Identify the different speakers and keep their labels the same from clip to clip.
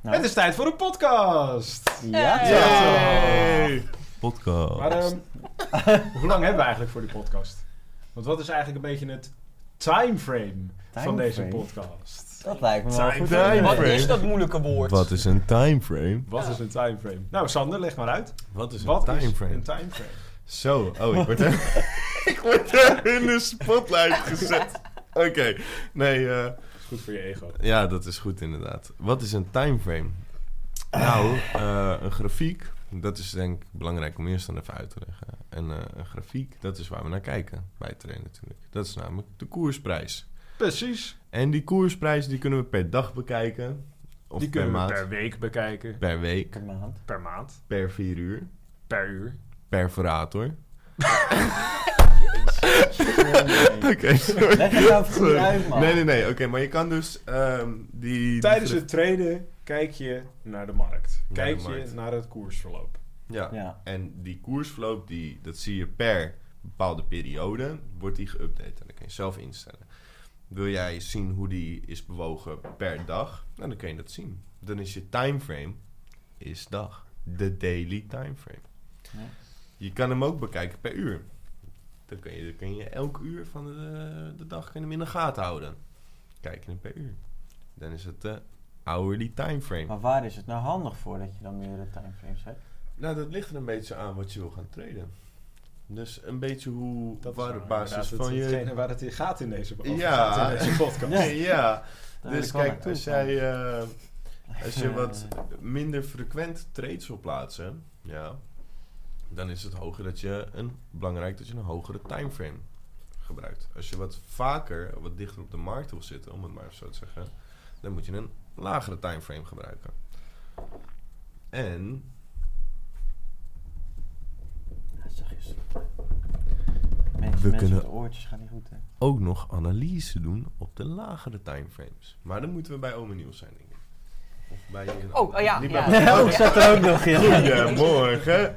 Speaker 1: Nou.
Speaker 2: Het is tijd voor een podcast!
Speaker 1: Ja,
Speaker 3: Hey.
Speaker 4: podcast.
Speaker 2: Maar ehm, hoe lang hebben we eigenlijk voor die podcast? Want wat is eigenlijk een beetje het timeframe van
Speaker 1: Timeframe?
Speaker 2: deze podcast?
Speaker 1: dat lijkt me wel
Speaker 4: Time,
Speaker 1: goed.
Speaker 4: time,
Speaker 1: idee.
Speaker 3: Wat
Speaker 4: Frame.
Speaker 3: is dat moeilijke woord?
Speaker 4: Wat is een timeframe?
Speaker 2: Wat is een timeframe? Nou, Sander, leg maar uit.
Speaker 4: Wat is
Speaker 2: wat is een timeframe?
Speaker 4: Zo, oh, ik word, er, ik word er in de spotlight gezet. Oké, nee, eh,
Speaker 2: Dat is goed voor je ego.
Speaker 4: ja, dat is goed inderdaad. Wat is een timeframe? Nou, eh, een grafiek, dat is denk ik belangrijk om eerst dan even uit te leggen. En eh, een grafiek, dat is waar we naar kijken bij het trainen natuurlijk. Dat is namelijk de koersprijs.
Speaker 2: Precies.
Speaker 4: En die koersprijs, die kunnen we per dag bekijken. Of
Speaker 2: Die
Speaker 4: per
Speaker 2: kunnen we
Speaker 4: maand,
Speaker 2: per week bekijken,
Speaker 4: per week,
Speaker 1: Per maand.
Speaker 2: per maand,
Speaker 4: per vier uur,
Speaker 2: per uur.
Speaker 4: perforator.
Speaker 1: Nee.
Speaker 4: Oké, sorry.
Speaker 1: Leg het nou goed
Speaker 4: Sorry.
Speaker 1: uit, man.
Speaker 4: Nee, nee, nee. Oké, maar je kan dus ehm, die...
Speaker 2: Tijdens
Speaker 4: die-
Speaker 2: het traden kijk je naar de markt.
Speaker 4: de
Speaker 2: Kijk je
Speaker 4: markt.
Speaker 2: naar het koersverloop.
Speaker 4: Ja.
Speaker 1: Ja.
Speaker 4: En die koersverloop, die, dat zie je per bepaalde periode, wordt die geüpdate. En dat kun je zelf instellen. Wil jij zien hoe die is bewogen per dag? Nou, dan kun je dat zien. Dan is je timeframe is dag. De daily timeframe.
Speaker 1: Ja.
Speaker 4: Je kan hem ook bekijken per uur. Dan kun je, dan kun je elk uur van de, de dag kun je hem in de gaten houden. Kijk je hem per uur. Dan is het de hourly timeframe.
Speaker 1: Maar waar is het nou handig voor dat je dan meerdere timeframes hebt?
Speaker 4: Nou, dat ligt er een beetje aan wat je wil gaan traden. Dus een beetje hoe,
Speaker 2: Dat
Speaker 4: waar
Speaker 2: nou
Speaker 4: op basis
Speaker 2: inderdaad
Speaker 4: van
Speaker 2: het- hetgene
Speaker 4: je...
Speaker 2: waar het in gaat in deze, over
Speaker 4: Ja.
Speaker 2: gaat in deze podcast.
Speaker 1: Ja.
Speaker 4: Ja,
Speaker 1: Daar wil
Speaker 4: dus
Speaker 1: ik wel
Speaker 4: kijk,
Speaker 1: naartoe,
Speaker 4: als
Speaker 1: man.
Speaker 4: jij eh, als je
Speaker 1: Eh,
Speaker 4: wat minder frequent trades wil plaatsen, ja, dan is het hoger dat je een, belangrijk dat je een hogere timeframe gebruikt. Als je wat vaker, wat dichter op de markt wil zitten, om het maar even zo te zeggen, dan moet je een lagere timeframe gebruiken. En
Speaker 1: dat is toch eens- Mensen,
Speaker 4: We
Speaker 1: mensen
Speaker 4: kunnen-
Speaker 1: met oortjes gaan niet goed, hè?
Speaker 4: ook nog analyse doen op de lagere timeframes. Maar dan moeten we bij Omen Niels zijn, denk ik. Of bij...
Speaker 3: Oh, oh ja,
Speaker 4: Niet
Speaker 3: ja.
Speaker 4: bij-
Speaker 1: Oh, ik zat er ook nog in.
Speaker 4: Goedemorgen. Ja.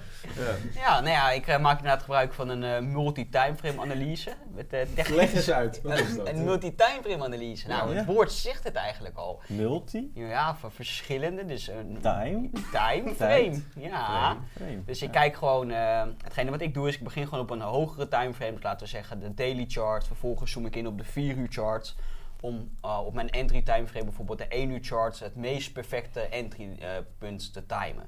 Speaker 3: Ja, nou ja, ik eh, maak inderdaad gebruik van een eh, multi-timeframe analyse. Met, eh 30
Speaker 2: Leg eens uit, wat is dat?
Speaker 3: Een multi-timeframe analyse. Nou,
Speaker 1: Ja.
Speaker 3: het woord zegt het eigenlijk al.
Speaker 1: Multi?
Speaker 3: Ja, van verschillende, dus een
Speaker 1: Time?
Speaker 3: timeframe. Ja.
Speaker 1: Frame.
Speaker 3: Dus ik
Speaker 1: Ja.
Speaker 3: kijk gewoon, eh, hetgene wat ik doe is, ik begin gewoon op een hogere timeframe, dus laten we zeggen de daily chart. Vervolgens zoom ik in op de 4 uur chart. Om eh, op mijn entry timeframe, bijvoorbeeld de 1 uur chart, het meest perfecte entry eh, punt te timen.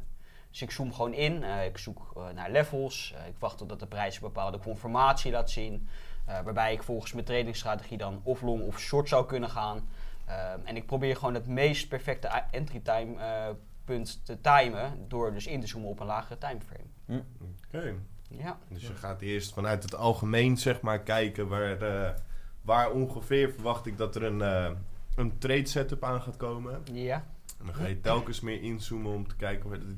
Speaker 3: Dus ik zoom gewoon in, eh, ik zoek eh, naar levels, eh, ik wacht totdat de prijs een bepaalde conformatie laat zien. eh, waarbij ik volgens mijn tradingstrategie dan of long of short zou kunnen gaan. Ehm, en ik probeer gewoon het meest perfecte a- entry time eh, punt te timen door dus in te zoomen op een lagere timeframe.
Speaker 4: Oké.
Speaker 3: Ja.
Speaker 4: Dus je gaat eerst vanuit het algemeen, zeg maar, kijken waar, eh, waar ongeveer verwacht ik dat er een, eh, een trade setup aan gaat komen.
Speaker 3: Ja.
Speaker 4: En dan ga je telkens meer inzoomen om te kijken waar, dit-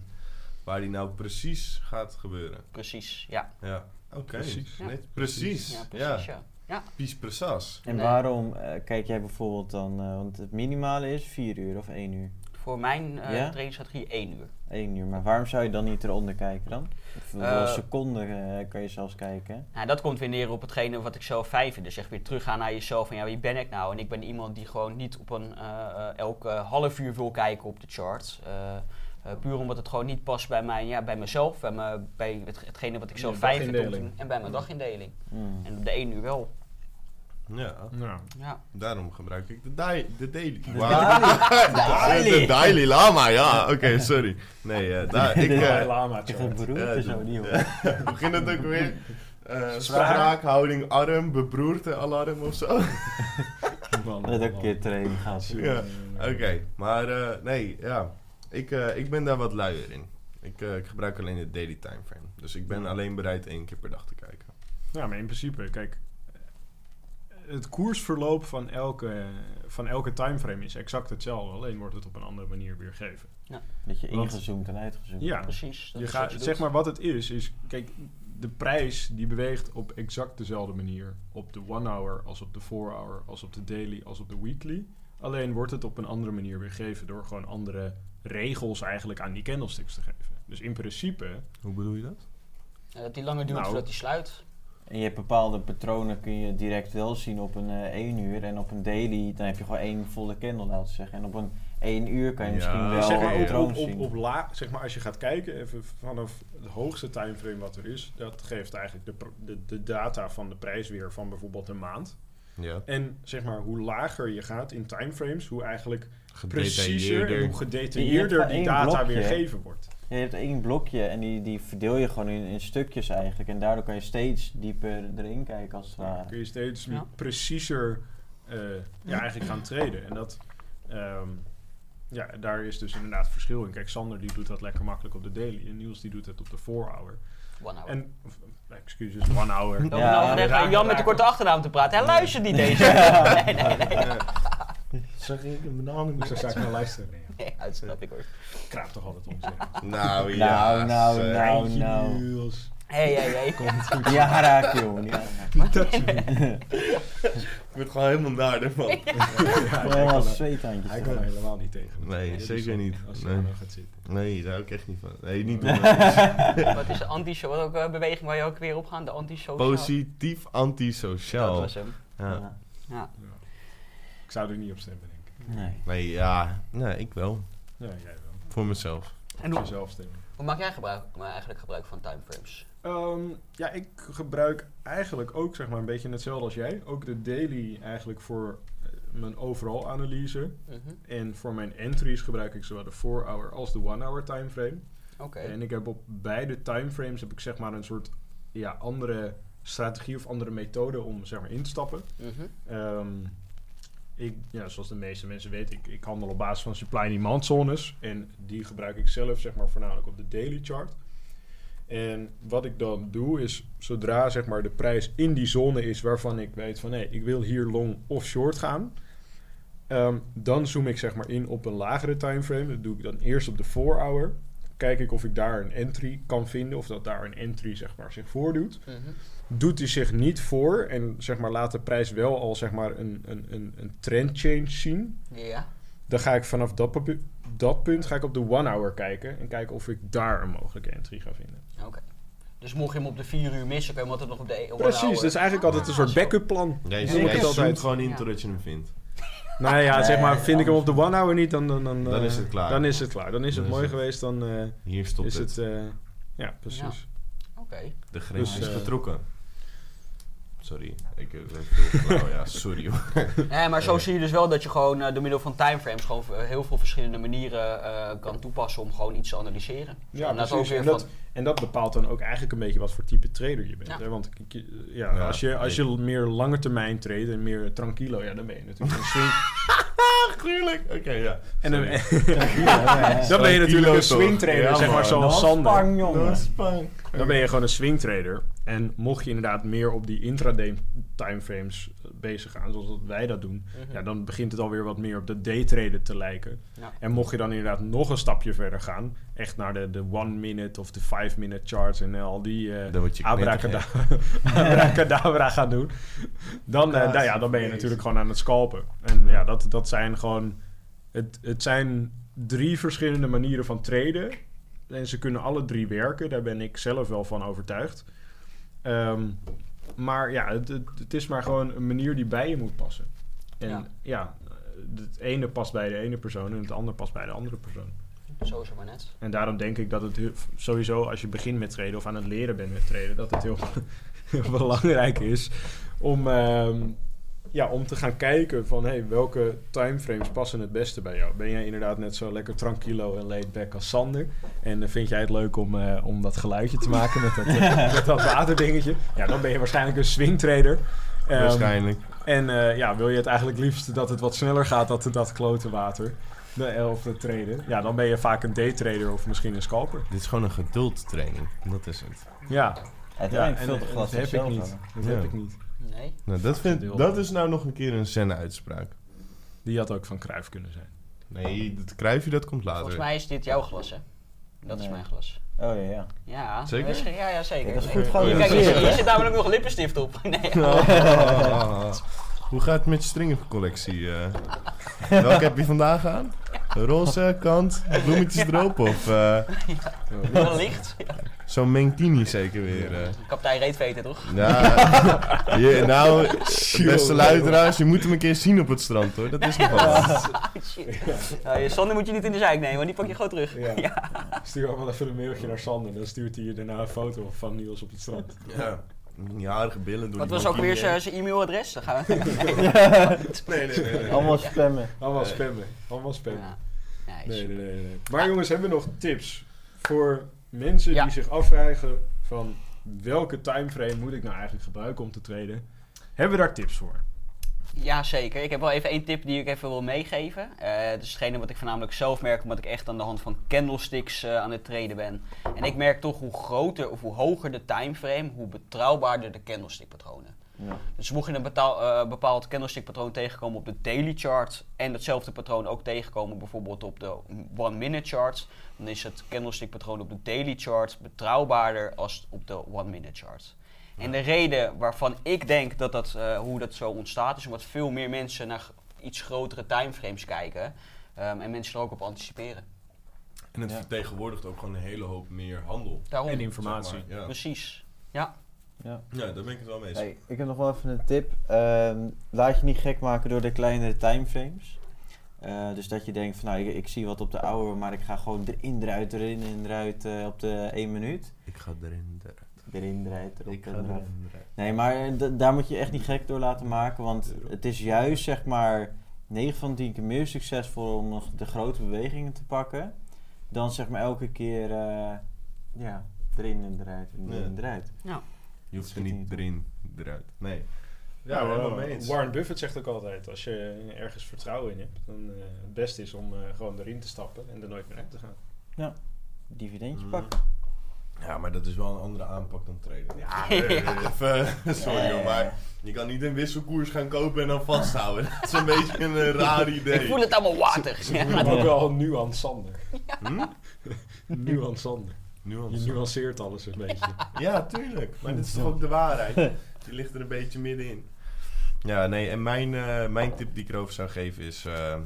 Speaker 4: waar die nou precies gaat gebeuren.
Speaker 3: Precies, ja.
Speaker 4: Ja. Oké.
Speaker 2: Precies.
Speaker 3: Ja.
Speaker 4: Net precies.
Speaker 3: Ja,
Speaker 4: Ja,
Speaker 3: precies, ja.
Speaker 4: Pies precies.
Speaker 1: En
Speaker 3: Nee.
Speaker 1: waarom eh, kijk jij bijvoorbeeld dan, eh, want het minimale is 4 uur of 1 uur?
Speaker 3: Voor mijn eh
Speaker 1: Ja?
Speaker 3: trainingsstrategie 1 uur.
Speaker 1: 1 uur, maar waarom zou je dan niet eronder kijken dan? Of wel
Speaker 3: Eh,
Speaker 1: seconden eh, kan je zelfs kijken.
Speaker 3: Nou, dat komt weer neer op hetgene wat ik zelf vijf vind. Dus echt weer teruggaan naar jezelf en ja, wie ben ik nou? En ik ben iemand die gewoon niet op een eh, eh, elke half uur wil kijken op de chart. Eh, eh, puur omdat het gewoon niet past bij, mijn, ja, bij mezelf, bij, mijn, bij het- hetgene wat ik
Speaker 2: Je
Speaker 3: zelf vijf vind om te
Speaker 2: dagindeling.
Speaker 3: doen en bij mijn dagindeling.
Speaker 1: Mm.
Speaker 3: En op de 1 uur wel.
Speaker 4: Ja.
Speaker 2: Nou,
Speaker 3: Ja.
Speaker 4: Daarom gebruik ik de, dai- de daily.
Speaker 1: De
Speaker 4: Wauw.
Speaker 1: daily.
Speaker 4: De-
Speaker 1: daily.
Speaker 4: De daily lama, ja. Oké, sorry. Nee, eh, daar- ik... eh,
Speaker 2: Dalai Lama
Speaker 1: Ik
Speaker 2: chart.
Speaker 1: vind het beroerd
Speaker 4: Eh,
Speaker 1: en zo, die hoor.
Speaker 4: Begin het ook weer. Eh
Speaker 2: Spraak.
Speaker 4: spraak, houding, arm, bebroerte, alarm of zo. Oké,
Speaker 2: Man,
Speaker 1: Dat
Speaker 2: man,
Speaker 1: ook een keer training gaat.
Speaker 2: man.
Speaker 4: Ja. maar eh, nee, ja. Ik, eh, ik ben daar wat luier in. Ik, eh, ik gebruik alleen de daily timeframe. Dus ik ben alleen bereid één keer per dag te kijken.
Speaker 2: Ja, maar in principe, kijk, eh, het koersverloop van elke, van elke timeframe is exact hetzelfde. Alleen wordt het op een andere manier weergeven.
Speaker 1: Beetje
Speaker 2: Want-
Speaker 1: ingezoomd en uitgezoomd.
Speaker 2: Ja,
Speaker 3: Precies. dat
Speaker 2: je
Speaker 3: is
Speaker 2: gaat,
Speaker 3: wat je
Speaker 2: zeg
Speaker 3: doet.
Speaker 2: maar wat het is, is... Kijk, de prijs die beweegt op exact dezelfde manier. Op de one hour, als op de four hour, als op de daily, als op de weekly. Alleen wordt het op een andere manier weergeven door gewoon andere regels eigenlijk aan die candlesticks te geven. Dus in principe
Speaker 4: Hoe bedoel je dat?
Speaker 3: Ja, Eh, dat die langer duurt
Speaker 2: Nou.
Speaker 3: voordat die sluit.
Speaker 1: En je hebt bepaalde patronen kun je direct wel zien op een eh 1 uur. En op een daily, dan heb je gewoon één volle candle, laten we zeggen. En op een 1 uur kan je
Speaker 4: Ja,
Speaker 1: misschien wel
Speaker 4: Oh,
Speaker 2: zeg maar,
Speaker 1: een
Speaker 2: op,
Speaker 4: patroon
Speaker 2: op,
Speaker 1: patroon
Speaker 2: op,
Speaker 1: zien.
Speaker 2: op la, zeg maar als je gaat kijken, even vanaf het hoogste timeframe wat er is, dat geeft eigenlijk de, pro- de, de data van de prijs weer van bijvoorbeeld een maand.
Speaker 4: Ja.
Speaker 2: En zeg maar, hoe lager je gaat in timeframes, hoe eigenlijk preciezer en hoe
Speaker 1: Je
Speaker 2: gedetailleerder
Speaker 1: hebt maar
Speaker 2: die
Speaker 1: één
Speaker 2: data
Speaker 1: blokje.
Speaker 2: weergeven wordt.
Speaker 1: Ja, je hebt één blokje en die, die verdeel je gewoon in, in stukjes eigenlijk. En daardoor kan je steeds dieper erin kijken als het
Speaker 2: Dan
Speaker 1: ware.
Speaker 2: kun je steeds
Speaker 3: Ja.
Speaker 2: preciezer eh, ja, eigenlijk gaan treden. En dat, ehm, ja, daar is dus inderdaad verschil in. Kijk, Sander die doet dat lekker makkelijk op de daily en Niels die doet het op de 4-hour.
Speaker 3: One hour.
Speaker 2: En, of, excuses, one hour.
Speaker 3: Dan
Speaker 1: Ja,
Speaker 3: gaan we
Speaker 1: we
Speaker 3: nou
Speaker 2: raken-
Speaker 3: even Jan met de
Speaker 2: raken.
Speaker 3: korte achternaam te praten. Hij luistert niet deze. nee, nee, nee.
Speaker 2: Zeg ik een banaan? Ik zou zeggen, nou luisteren. Nee, ja.
Speaker 3: nee dat snap ik hoor.
Speaker 2: ik kraap toch altijd om. zeg.
Speaker 4: Nou, ja.
Speaker 1: Nou, nou,
Speaker 4: zeg.
Speaker 1: nou.
Speaker 2: Eindje, Niels.
Speaker 3: Hé, hé, hé.
Speaker 1: Ja, raak jongen. Ja, raak.
Speaker 2: Niet dat je-
Speaker 4: Ik word gewoon helemaal daar ervan.
Speaker 2: Ja, hij
Speaker 1: Helemaal
Speaker 2: kan-
Speaker 1: zweethandjes.
Speaker 2: Hij kan er
Speaker 1: ervan.
Speaker 2: helemaal niet tegen.
Speaker 4: Nee,
Speaker 2: Dat is
Speaker 4: zeker
Speaker 2: zo.
Speaker 4: niet.
Speaker 2: Als hij
Speaker 4: Nee.
Speaker 2: nou gaat zitten.
Speaker 4: Nee, daar hou ik echt niet van. Nee, niet doen.
Speaker 3: Wat is de anti-show? Wat ook een beweging waar je ook weer op gaat? De anti-show.
Speaker 4: Positief
Speaker 3: Dat
Speaker 4: antisociaal.
Speaker 3: was hem.
Speaker 4: Ja.
Speaker 1: Ja.
Speaker 2: Ik zou er niet op stemmen, denk ik.
Speaker 1: Nee.
Speaker 4: Nee, ja. Nee, ik wel.
Speaker 2: Ja, jij wel.
Speaker 4: Voor mezelf.
Speaker 3: En
Speaker 2: Op
Speaker 3: hoe,
Speaker 2: jezelf stemmen.
Speaker 3: hoe maak jij gebruik, maar eigenlijk gebruik van timeframes?
Speaker 2: Ehm, ja, ik gebruik eigenlijk ook zeg maar een beetje hetzelfde als jij. Ook de daily eigenlijk voor eh, mijn overal analyse.
Speaker 3: Mhm.
Speaker 2: En voor mijn entries gebruik ik zowel de 4-hour als de 1-hour timeframe.
Speaker 3: Oké.
Speaker 2: En ik heb op beide timeframes heb ik zeg maar een soort ja, andere strategie of andere methode om zeg maar in te stappen.
Speaker 3: Mhm.
Speaker 2: Ehm, ik, ja, zoals de meeste mensen weten, ik, ik handel op basis van supply en demand zones. En die gebruik ik zelf zeg maar, voornamelijk op de daily chart. En wat ik dan doe is, zodra zeg maar, de prijs in die zone is waarvan ik weet van hé, ik wil hier long of short gaan. ehm, dan zoom ik zeg maar, in op een lagere timeframe. Dat doe ik dan eerst op de 4-hour. Kijk ik of ik daar een entry kan vinden, of dat daar een entry zeg maar, zich voordoet
Speaker 3: Mhm.
Speaker 2: doet hij zich niet voor en zeg maar, laat de prijs wel al zeg maar, een, een, een, een trendchange zien.
Speaker 3: Ja.
Speaker 2: Dan ga ik vanaf dat, papu- dat punt ga ik op de one hour kijken en kijken of ik daar een mogelijke entry ga vinden.
Speaker 3: Oké. Dus momocht je hem op de 4 uur missen, kun je hem altijd nog op Ah, de 1
Speaker 2: Precies,
Speaker 5: dus
Speaker 2: dat is eigenlijk altijd een soort backup plan. Doe
Speaker 4: Jij
Speaker 2: ik het
Speaker 4: zegt
Speaker 2: altijd.
Speaker 4: altijd gewoon in
Speaker 3: Ja.
Speaker 4: totdat je hem vindt.
Speaker 2: Nou ja, zeg maar, vind ik hem op de one hour niet, dan, dan, dan,
Speaker 4: Dan
Speaker 2: eh,
Speaker 4: is het klaar.
Speaker 2: Dan is het klaar. Dan is
Speaker 4: Dan
Speaker 2: het
Speaker 4: is
Speaker 2: mooi
Speaker 4: het-
Speaker 2: geweest, dan eh,
Speaker 4: Hier stopt
Speaker 2: is
Speaker 4: het.
Speaker 2: het... eh, ja, precies.
Speaker 3: Oké.
Speaker 4: De grens
Speaker 2: Dus,
Speaker 4: is
Speaker 2: eh,
Speaker 4: getrokken. Sorry, ik heb eh, veel flauw, ja, sorry hoor.
Speaker 3: Nee, maar zo
Speaker 4: Oké.
Speaker 3: zie je dus wel dat je gewoon eh, door middel van timeframes gewoon eh, heel veel verschillende manieren eh, kan toepassen om gewoon iets te analyseren.
Speaker 2: Ja,
Speaker 3: En dat
Speaker 2: precies.
Speaker 3: ook weer
Speaker 2: En dat,
Speaker 3: van-
Speaker 2: en dat bepaalt dan ook eigenlijk een beetje wat voor type trader je bent.
Speaker 3: Ja.
Speaker 2: Hè? Want ik- ik- ja,
Speaker 4: Ja,
Speaker 2: als, je, als je
Speaker 4: ik-
Speaker 2: meer lange termijn treedt en meer tranquilo, ja, dan ben je natuurlijk een swing.
Speaker 4: Gruwelijk. Oké, ja.
Speaker 2: en dan,
Speaker 1: Ja,
Speaker 2: dan ben je natuurlijk
Speaker 4: Tranquilo
Speaker 2: een
Speaker 4: toch?
Speaker 2: swing trader,
Speaker 4: Ja,
Speaker 2: zeg maar
Speaker 4: man.
Speaker 2: zoals Sander.
Speaker 1: Spang, jongen.
Speaker 2: Dan ben je gewoon een swing trader. En mocht je inderdaad meer op die intraday timeframes eh, bezig gaan, zoals dat wij dat doen,
Speaker 3: Mhm.
Speaker 2: ja, dan begint het alweer wat meer op de day traden te lijken.
Speaker 3: Ja.
Speaker 2: En mocht je dan inderdaad nog een stapje verder gaan, echt naar de, de one minute of de five minute charts en eh, al die eh,
Speaker 4: Dan word je
Speaker 2: abracada- abracadabra gaan doen, dan, eh,
Speaker 4: Ja,
Speaker 2: nou ja, dan ben je
Speaker 4: jezus.
Speaker 2: natuurlijk gewoon aan het scalpen. En ja, dat, dat zijn gewoon... Het, het zijn drie verschillende manieren van traden. En ze kunnen alle drie werken. Daar ben ik zelf wel van overtuigd. Ehm, maar ja, het, het, het is maar gewoon een manier die bij je moet passen. En
Speaker 3: Ja.
Speaker 2: ja. eh, het ene past bij de ene persoon en het andere past bij de andere persoon.
Speaker 3: Zo is het maar net.
Speaker 2: En daarom denk ik dat het heel- sowieso als je begint met traden of aan het leren bent met traden, dat het heel, heel belangrijk is om, ehm, ja, om te gaan kijken van hey, welke timeframes passen het beste bij jou. Ben jij inderdaad net zo lekker tranquilo en laid back als Sander? En eh, vind jij het leuk om, eh, om dat geluidje te maken met dat, eh, met dat waterdingetje? Ja, dan ben je waarschijnlijk een swing trader. Ehm,
Speaker 4: Waarschijnlijk.
Speaker 2: en eh, ja, wil je het eigenlijk liefst dat het wat sneller gaat dan dat klote water? De elfde trader. Ja, dan ben je vaak een daytrader of misschien een scalper.
Speaker 4: Dit is gewoon een geduldtraining. Dat is het.
Speaker 2: Ja, ja
Speaker 1: Uiteindelijk
Speaker 2: en
Speaker 1: vult de
Speaker 2: eh,
Speaker 1: glas
Speaker 2: dat heb ik
Speaker 1: zichzelf
Speaker 2: niet.
Speaker 1: wel.
Speaker 2: Dat
Speaker 4: Ja.
Speaker 2: heb ik niet.
Speaker 3: Nee.
Speaker 4: Nou, dat, vind,
Speaker 5: Deel.
Speaker 4: dat is nou nog een keer een Zen-uitspraak.
Speaker 5: Die had ook van Cruijff kunnen zijn.
Speaker 4: Nee, dat kruifje dat komt later.
Speaker 3: Volgens mij is dit jouw glas, hè? Dat is
Speaker 1: Nee.
Speaker 3: mijn glas.
Speaker 1: Oh ja, ja.
Speaker 3: Ja,
Speaker 4: Zeker?
Speaker 3: dat is ge- Ja, ja zeker.
Speaker 1: Dat is goed
Speaker 4: Oh, ja.
Speaker 3: Kijk, hier,
Speaker 1: geanalyseerd,
Speaker 3: hier
Speaker 1: hè?
Speaker 3: zit namelijk nog lippenstift op. Nee,
Speaker 4: Ah. Hoe gaat het met je stringencollectie? eh? Welke heb je vandaag aan? Roze, kant, bloemetjes erop of eh,
Speaker 3: wel licht.
Speaker 4: zo'n mankini zeker weer? eh?
Speaker 3: Kapitein Reetveten, toch?
Speaker 4: Ja, je- nou, beste luisteraars, je moet hem een keer zien op het strand hoor. Dat is nogal wat.
Speaker 3: Nou, je Sander moet je niet in de zijk nemen, want die pak je gewoon terug.
Speaker 5: Ja. Stuur ook wel even een mailtje naar Sander. Dan stuurt hij je daarna een foto van Niels op het strand.
Speaker 4: Ja, jarige billen door
Speaker 3: Wat
Speaker 4: die
Speaker 3: was ook weer
Speaker 4: mankini heen.
Speaker 3: zijn zijn e-mailadres? Dan gaan we.
Speaker 5: Nee, nee, nee. nee.
Speaker 1: Allemaal spammen.
Speaker 5: Allemaal spammen. Allemaal spammen.
Speaker 3: Ja. Nice.
Speaker 5: Nee, nee, nee, nee. Maar jongens, hebben we nog tips voor mensen
Speaker 3: Ja.
Speaker 5: die zich afvragen van welke timeframe moet ik nou eigenlijk gebruiken om te treden? Hebben we daar tips voor?
Speaker 3: Ja, zeker. Ik heb wel even één tip die ik even wil meegeven. Eh dat is hetgene wat ik voornamelijk zelf merk, omdat ik echt aan de hand van candlesticks eh, aan het treden ben. En ik merk toch hoe groter of hoe hoger de timeframe, hoe betrouwbaarder de candlestickpatronen.
Speaker 1: Ja.
Speaker 3: Dus mocht je een betaal- eh, bepaald candlestickpatroon tegenkomen op de daily chart en datzelfde patroon ook tegenkomen bijvoorbeeld op de one minute chart, dan is het candlestickpatroon op de daily chart betrouwbaarder als op de one minute chart. En de reden waarvan ik denk dat dat, eh, hoe dat zo ontstaat, is omdat veel meer mensen naar g- iets grotere timeframes kijken ehm, en mensen er ook op anticiperen.
Speaker 4: En het
Speaker 1: Ja.
Speaker 4: vertegenwoordigt ook gewoon een hele hoop meer handel.
Speaker 3: Daarom.
Speaker 5: En
Speaker 4: zeg maar.
Speaker 5: informatie.
Speaker 4: Ja.
Speaker 3: Dus- Precies.
Speaker 4: ja, daar ben ik het wel mee eens.
Speaker 1: Hey, ik heb nog wel even een tip. Ehm, laat je niet gek maken door de kleinere timeframes. Eh, dus dat je denkt van nou, ik, ik zie wat op de oude, maar ik ga gewoon erin, eruit, erin en eruit eh, op de 1 minuut.
Speaker 4: Ik ga erin, eruit.
Speaker 1: Erin, eruit, erop
Speaker 4: Ik ga
Speaker 1: en eraf.
Speaker 4: erin, eruit.
Speaker 1: Nee, maar eh, d- daar moet je echt niet gek door laten maken. Want het is juist, zeg maar, 9 van 10 keer meer succesvol om nog de grote bewegingen te pakken. Dan zeg maar elke keer, eh, ja, erin en eruit, erin
Speaker 4: Ja.
Speaker 1: en eruit.
Speaker 4: Je hoeft er
Speaker 1: Schiet niet
Speaker 4: niet
Speaker 1: op.
Speaker 4: erin, eruit. Nee.
Speaker 5: Ja,
Speaker 4: helemaal
Speaker 5: eh,
Speaker 4: mee eens.
Speaker 5: Warren Buffett zegt ook altijd, als je ergens vertrouwen in hebt, dan eh, het beste is om eh, gewoon erin te stappen en er nooit meer uit te gaan.
Speaker 1: Dividendje
Speaker 4: Mm.
Speaker 1: pakken.
Speaker 4: Ja, maar dat is wel een andere aanpak dan traden. Ja, even,
Speaker 1: Ja,
Speaker 4: sorry
Speaker 1: ja, ja.
Speaker 4: hoor, maar je kan niet een wisselkoers gaan kopen en dan vasthouden. Dat is een beetje een eh, raar idee.
Speaker 3: Ik voel het allemaal water.
Speaker 5: Je moet ook wel nuance Sander.
Speaker 4: Hm?
Speaker 5: Nuance Sander. Je
Speaker 4: Nuance.
Speaker 5: nuanceert alles een beetje.
Speaker 4: Ja, tuurlijk. Maar dit is toch ook de waarheid? Die ligt er een beetje middenin. Ja, nee, en mijn, eh, mijn tip die ik erover zou geven is... eh,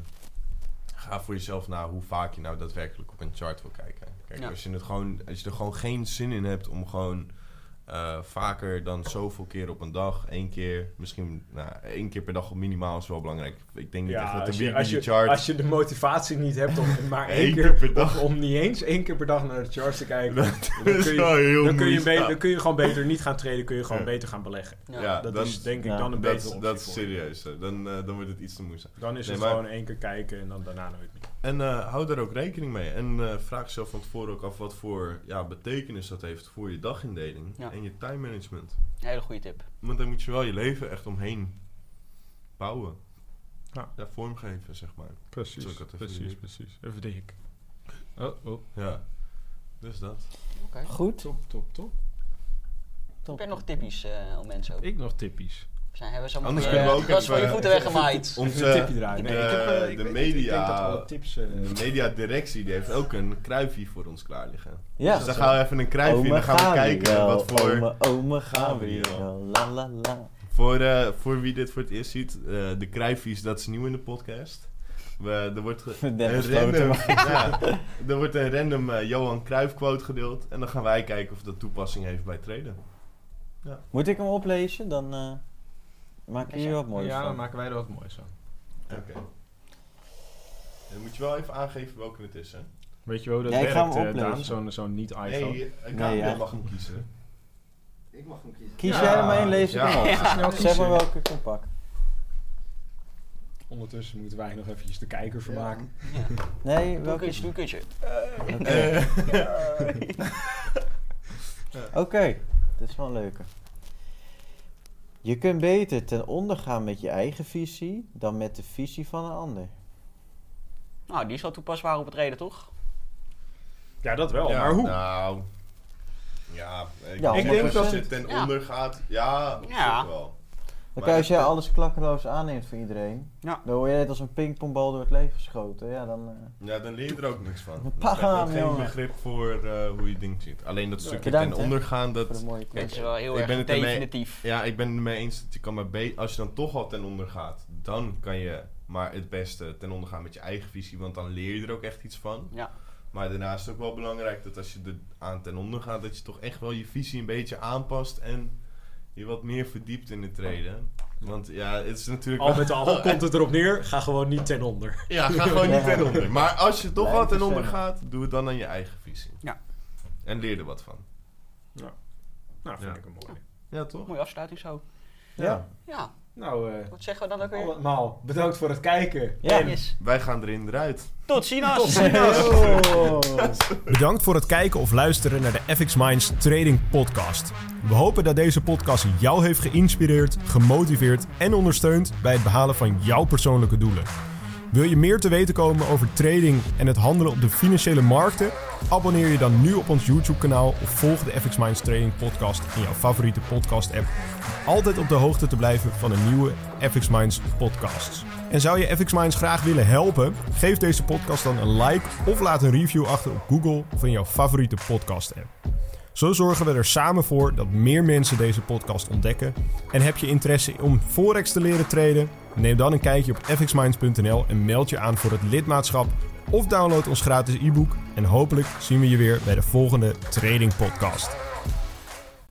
Speaker 4: ga voor jezelf na hoe vaak je nou daadwerkelijk op een chart wil kijken. Kijk,
Speaker 3: Ja.
Speaker 4: als, je het gewoon, als je er gewoon geen zin in hebt om gewoon... eh, vaker dan zoveel keer op een dag. één keer, misschien nou, één keer per dag minimaal is wel belangrijk. Ik denk niet echt dat de
Speaker 5: als je, als,
Speaker 4: weekly
Speaker 5: je,
Speaker 4: chart...
Speaker 5: als je de motivatie niet hebt om maar één
Speaker 4: Eén
Speaker 5: keer,
Speaker 4: keer per dag.
Speaker 5: Om, om niet eens één keer per dag naar de charts te kijken.
Speaker 4: dat
Speaker 5: dan
Speaker 4: is
Speaker 5: kun je-
Speaker 4: wel heel
Speaker 5: dan, kun je
Speaker 4: moeizaam.
Speaker 5: be- dan kun je gewoon beter niet gaan treden, kun je gewoon
Speaker 4: Ja.
Speaker 5: beter gaan beleggen.
Speaker 3: Ja.
Speaker 4: Ja,
Speaker 5: dat
Speaker 4: dan-
Speaker 5: is denk ik
Speaker 1: ja,
Speaker 5: dan een
Speaker 4: dat,
Speaker 5: betere
Speaker 4: is-
Speaker 5: optie.
Speaker 4: dat is
Speaker 5: voor je.
Speaker 4: serieus. hè. Dan, eh, dan wordt het iets te moeizaam.
Speaker 5: Dan is
Speaker 4: Nee,
Speaker 5: het
Speaker 4: maar-
Speaker 5: gewoon één keer kijken en dan daarna nooit meer.
Speaker 4: En eh, hou daar ook rekening mee. En eh, vraag jezelf van tevoren ook af wat voor ja, betekenis dat heeft voor je dagindeling
Speaker 3: Ja.
Speaker 4: en je time management.
Speaker 3: Een hele goede tip.
Speaker 4: Want daar moet je wel je leven echt omheen bouwen.
Speaker 5: Ja.
Speaker 4: Daar vormgeven, zeg maar. Zal ik
Speaker 5: Precies,
Speaker 4: dat even precies, doen?
Speaker 5: precies. Even dik. Oh, oh.
Speaker 4: Ja. Dus dat.
Speaker 1: Goed.
Speaker 5: Top, top, top.
Speaker 3: Heb
Speaker 1: Top.
Speaker 3: jij nog tippies eh, om mensen ook?
Speaker 5: Ik nog tippies.
Speaker 3: Zijn, hebben ze allemaal
Speaker 4: Anders
Speaker 3: eh,
Speaker 4: kunnen we ook
Speaker 3: het gras van
Speaker 4: even-
Speaker 3: je voeten weggemaaid?
Speaker 4: Onze,
Speaker 5: Even een tipje draaien.
Speaker 4: de,
Speaker 5: Nee, ik heb, eh, ik
Speaker 4: de
Speaker 5: weet- ik denk dat
Speaker 4: media,
Speaker 5: alle tips... eh,
Speaker 4: de mediadirectie die heeft ook een kruifje voor ons klaar liggen.
Speaker 1: Ja.
Speaker 4: dus dan gaan we even een
Speaker 5: Oh
Speaker 4: kruifje en dan gaan we kijken wat voor...
Speaker 1: Ome, ome Gabriel. La la la.
Speaker 4: Voor, eh, voor wie dit voor het eerst ziet, eh, de kruifies, dat is nieuw in de podcast. We, er wordt ge-
Speaker 1: Net
Speaker 4: een
Speaker 1: besloten,
Speaker 4: random, ja, er wordt een random eh, Johan Cruijff quote gedeeld. En dan gaan wij kijken of dat toepassing heeft bij traden.
Speaker 1: Moet ik hem oplezen? Dan eh maak je hier wat moois
Speaker 5: ja,
Speaker 1: van.
Speaker 5: maken wij er wat moois aan.
Speaker 4: Oké. Dan moet je wel even aangeven welke het is, hè?
Speaker 5: Weet je wel hoe dat
Speaker 1: Ja, ik ga
Speaker 5: werkt,
Speaker 1: hem
Speaker 5: eh,
Speaker 1: oplezen.
Speaker 5: Daan? Zo'n zo'n niet-iPhone.
Speaker 4: Nee, eh, Gabriel
Speaker 1: Ah, Nee, ja.
Speaker 4: mag hem kiezen.
Speaker 6: Ik mag hem kiezen.
Speaker 1: Kies
Speaker 5: Ja.
Speaker 1: jij er maar één, lees ik
Speaker 4: Ja.
Speaker 1: hem op.
Speaker 5: Ja, snel
Speaker 1: Zeg maar
Speaker 5: kiezen.
Speaker 1: welke ik hem pak.
Speaker 5: Ondertussen moeten wij nog eventjes de kijker vermaken.
Speaker 1: Nee,
Speaker 3: Doe een
Speaker 1: welke
Speaker 3: kutje,
Speaker 1: is
Speaker 3: doe een kutje.
Speaker 1: Oké. Oké, dit is wel een leuke. Je kunt beter ten onder gaan met je eigen visie dan met de visie van een ander.
Speaker 3: Nou, die is al toepasbaar op het reden, toch?
Speaker 5: Ja, dat
Speaker 1: Oh,
Speaker 5: wel.
Speaker 4: Ja,
Speaker 5: maar hoe?
Speaker 4: Nou, ja, ik,
Speaker 1: Ja,
Speaker 4: ik
Speaker 1: honderd
Speaker 4: denk dat
Speaker 1: procent.
Speaker 4: het ten
Speaker 3: Ja.
Speaker 4: onder gaat. Ja, op
Speaker 3: Ja.
Speaker 4: zich wel.
Speaker 1: Dan
Speaker 4: Maar
Speaker 1: kan als
Speaker 4: dat-
Speaker 1: jij alles klakkeloos aanneemt voor iedereen,
Speaker 3: Ja.
Speaker 1: dan word je net als een pingpongbal door het leven geschoten. Ja, dan, eh,
Speaker 4: Ja, dan leer je er ook niks van. Dan
Speaker 1: Pam,
Speaker 4: krijg je ook geen
Speaker 1: jongen.
Speaker 4: begrip voor eh, hoe je ding ziet. Alleen dat
Speaker 5: Ja.
Speaker 4: stukje
Speaker 1: Bedankt,
Speaker 4: ten
Speaker 1: hè.
Speaker 4: ondergaan,
Speaker 1: voor
Speaker 4: dat...
Speaker 1: de mooie
Speaker 3: Dat
Speaker 1: kans.
Speaker 3: is wel heel
Speaker 4: Ik ben
Speaker 3: erg
Speaker 4: het ermee-
Speaker 3: definitief.
Speaker 4: Ja, ik ben het ermee eens dat je kan maar be- Als je dan toch al ten onder gaat, dan kan je maar het beste ten onder gaan met je eigen visie. Want dan leer je er ook echt iets van.
Speaker 3: Ja.
Speaker 4: Maar daarnaast is het ook wel belangrijk dat als je er aan ten onder gaat, dat je toch echt wel je visie een beetje aanpast en je wat meer verdiept in het treden. Want ja, het is natuurlijk...
Speaker 5: Al met al komt het erop neer, ga gewoon niet ten onder.
Speaker 4: Ja, ga gewoon niet
Speaker 1: Ja.
Speaker 4: ten onder. Maar als je toch
Speaker 1: Blijf
Speaker 4: al ten onder
Speaker 1: gezellig.
Speaker 4: gaat, doe het dan aan je eigen visie.
Speaker 3: Ja.
Speaker 4: En leer er wat van.
Speaker 5: Nou, vind
Speaker 4: Ja.
Speaker 5: ik een mooie.
Speaker 4: Ja, toch?
Speaker 3: Mooie afsluiting zo.
Speaker 1: Ja.
Speaker 3: Ja,
Speaker 5: Nou, eh,
Speaker 3: wat zeggen we dan ook weer?
Speaker 5: allemaal bedankt voor het kijken.
Speaker 1: Ja.
Speaker 5: En
Speaker 3: Yes.
Speaker 4: Wij gaan erin en eruit.
Speaker 3: Tot ziens!
Speaker 1: Oh.
Speaker 2: Bedankt voor het kijken of luisteren naar de FX Minds Trading Podcast. We hopen dat deze podcast jou heeft geïnspireerd, gemotiveerd en ondersteund bij het behalen van jouw persoonlijke doelen. Wil je meer te weten komen over trading en het handelen op de financiële markten? Abonneer je dan nu op ons YouTube-kanaal of volg de FX Minds Trading Podcast in jouw favoriete podcast-app. Om altijd op de hoogte te blijven van de nieuwe FX Minds podcasts. En zou je FX Minds graag willen helpen? Geef deze podcast dan een like of laat een review achter op Google of in jouw favoriete podcast-app. Zo zorgen we er samen voor dat meer mensen deze podcast ontdekken. En heb je interesse om Forex te leren traden? Neem dan een kijkje op fxminds.nl en meld je aan voor het lidmaatschap. Of download ons gratis e-book. En hopelijk zien we je weer bij de volgende Trading Podcast.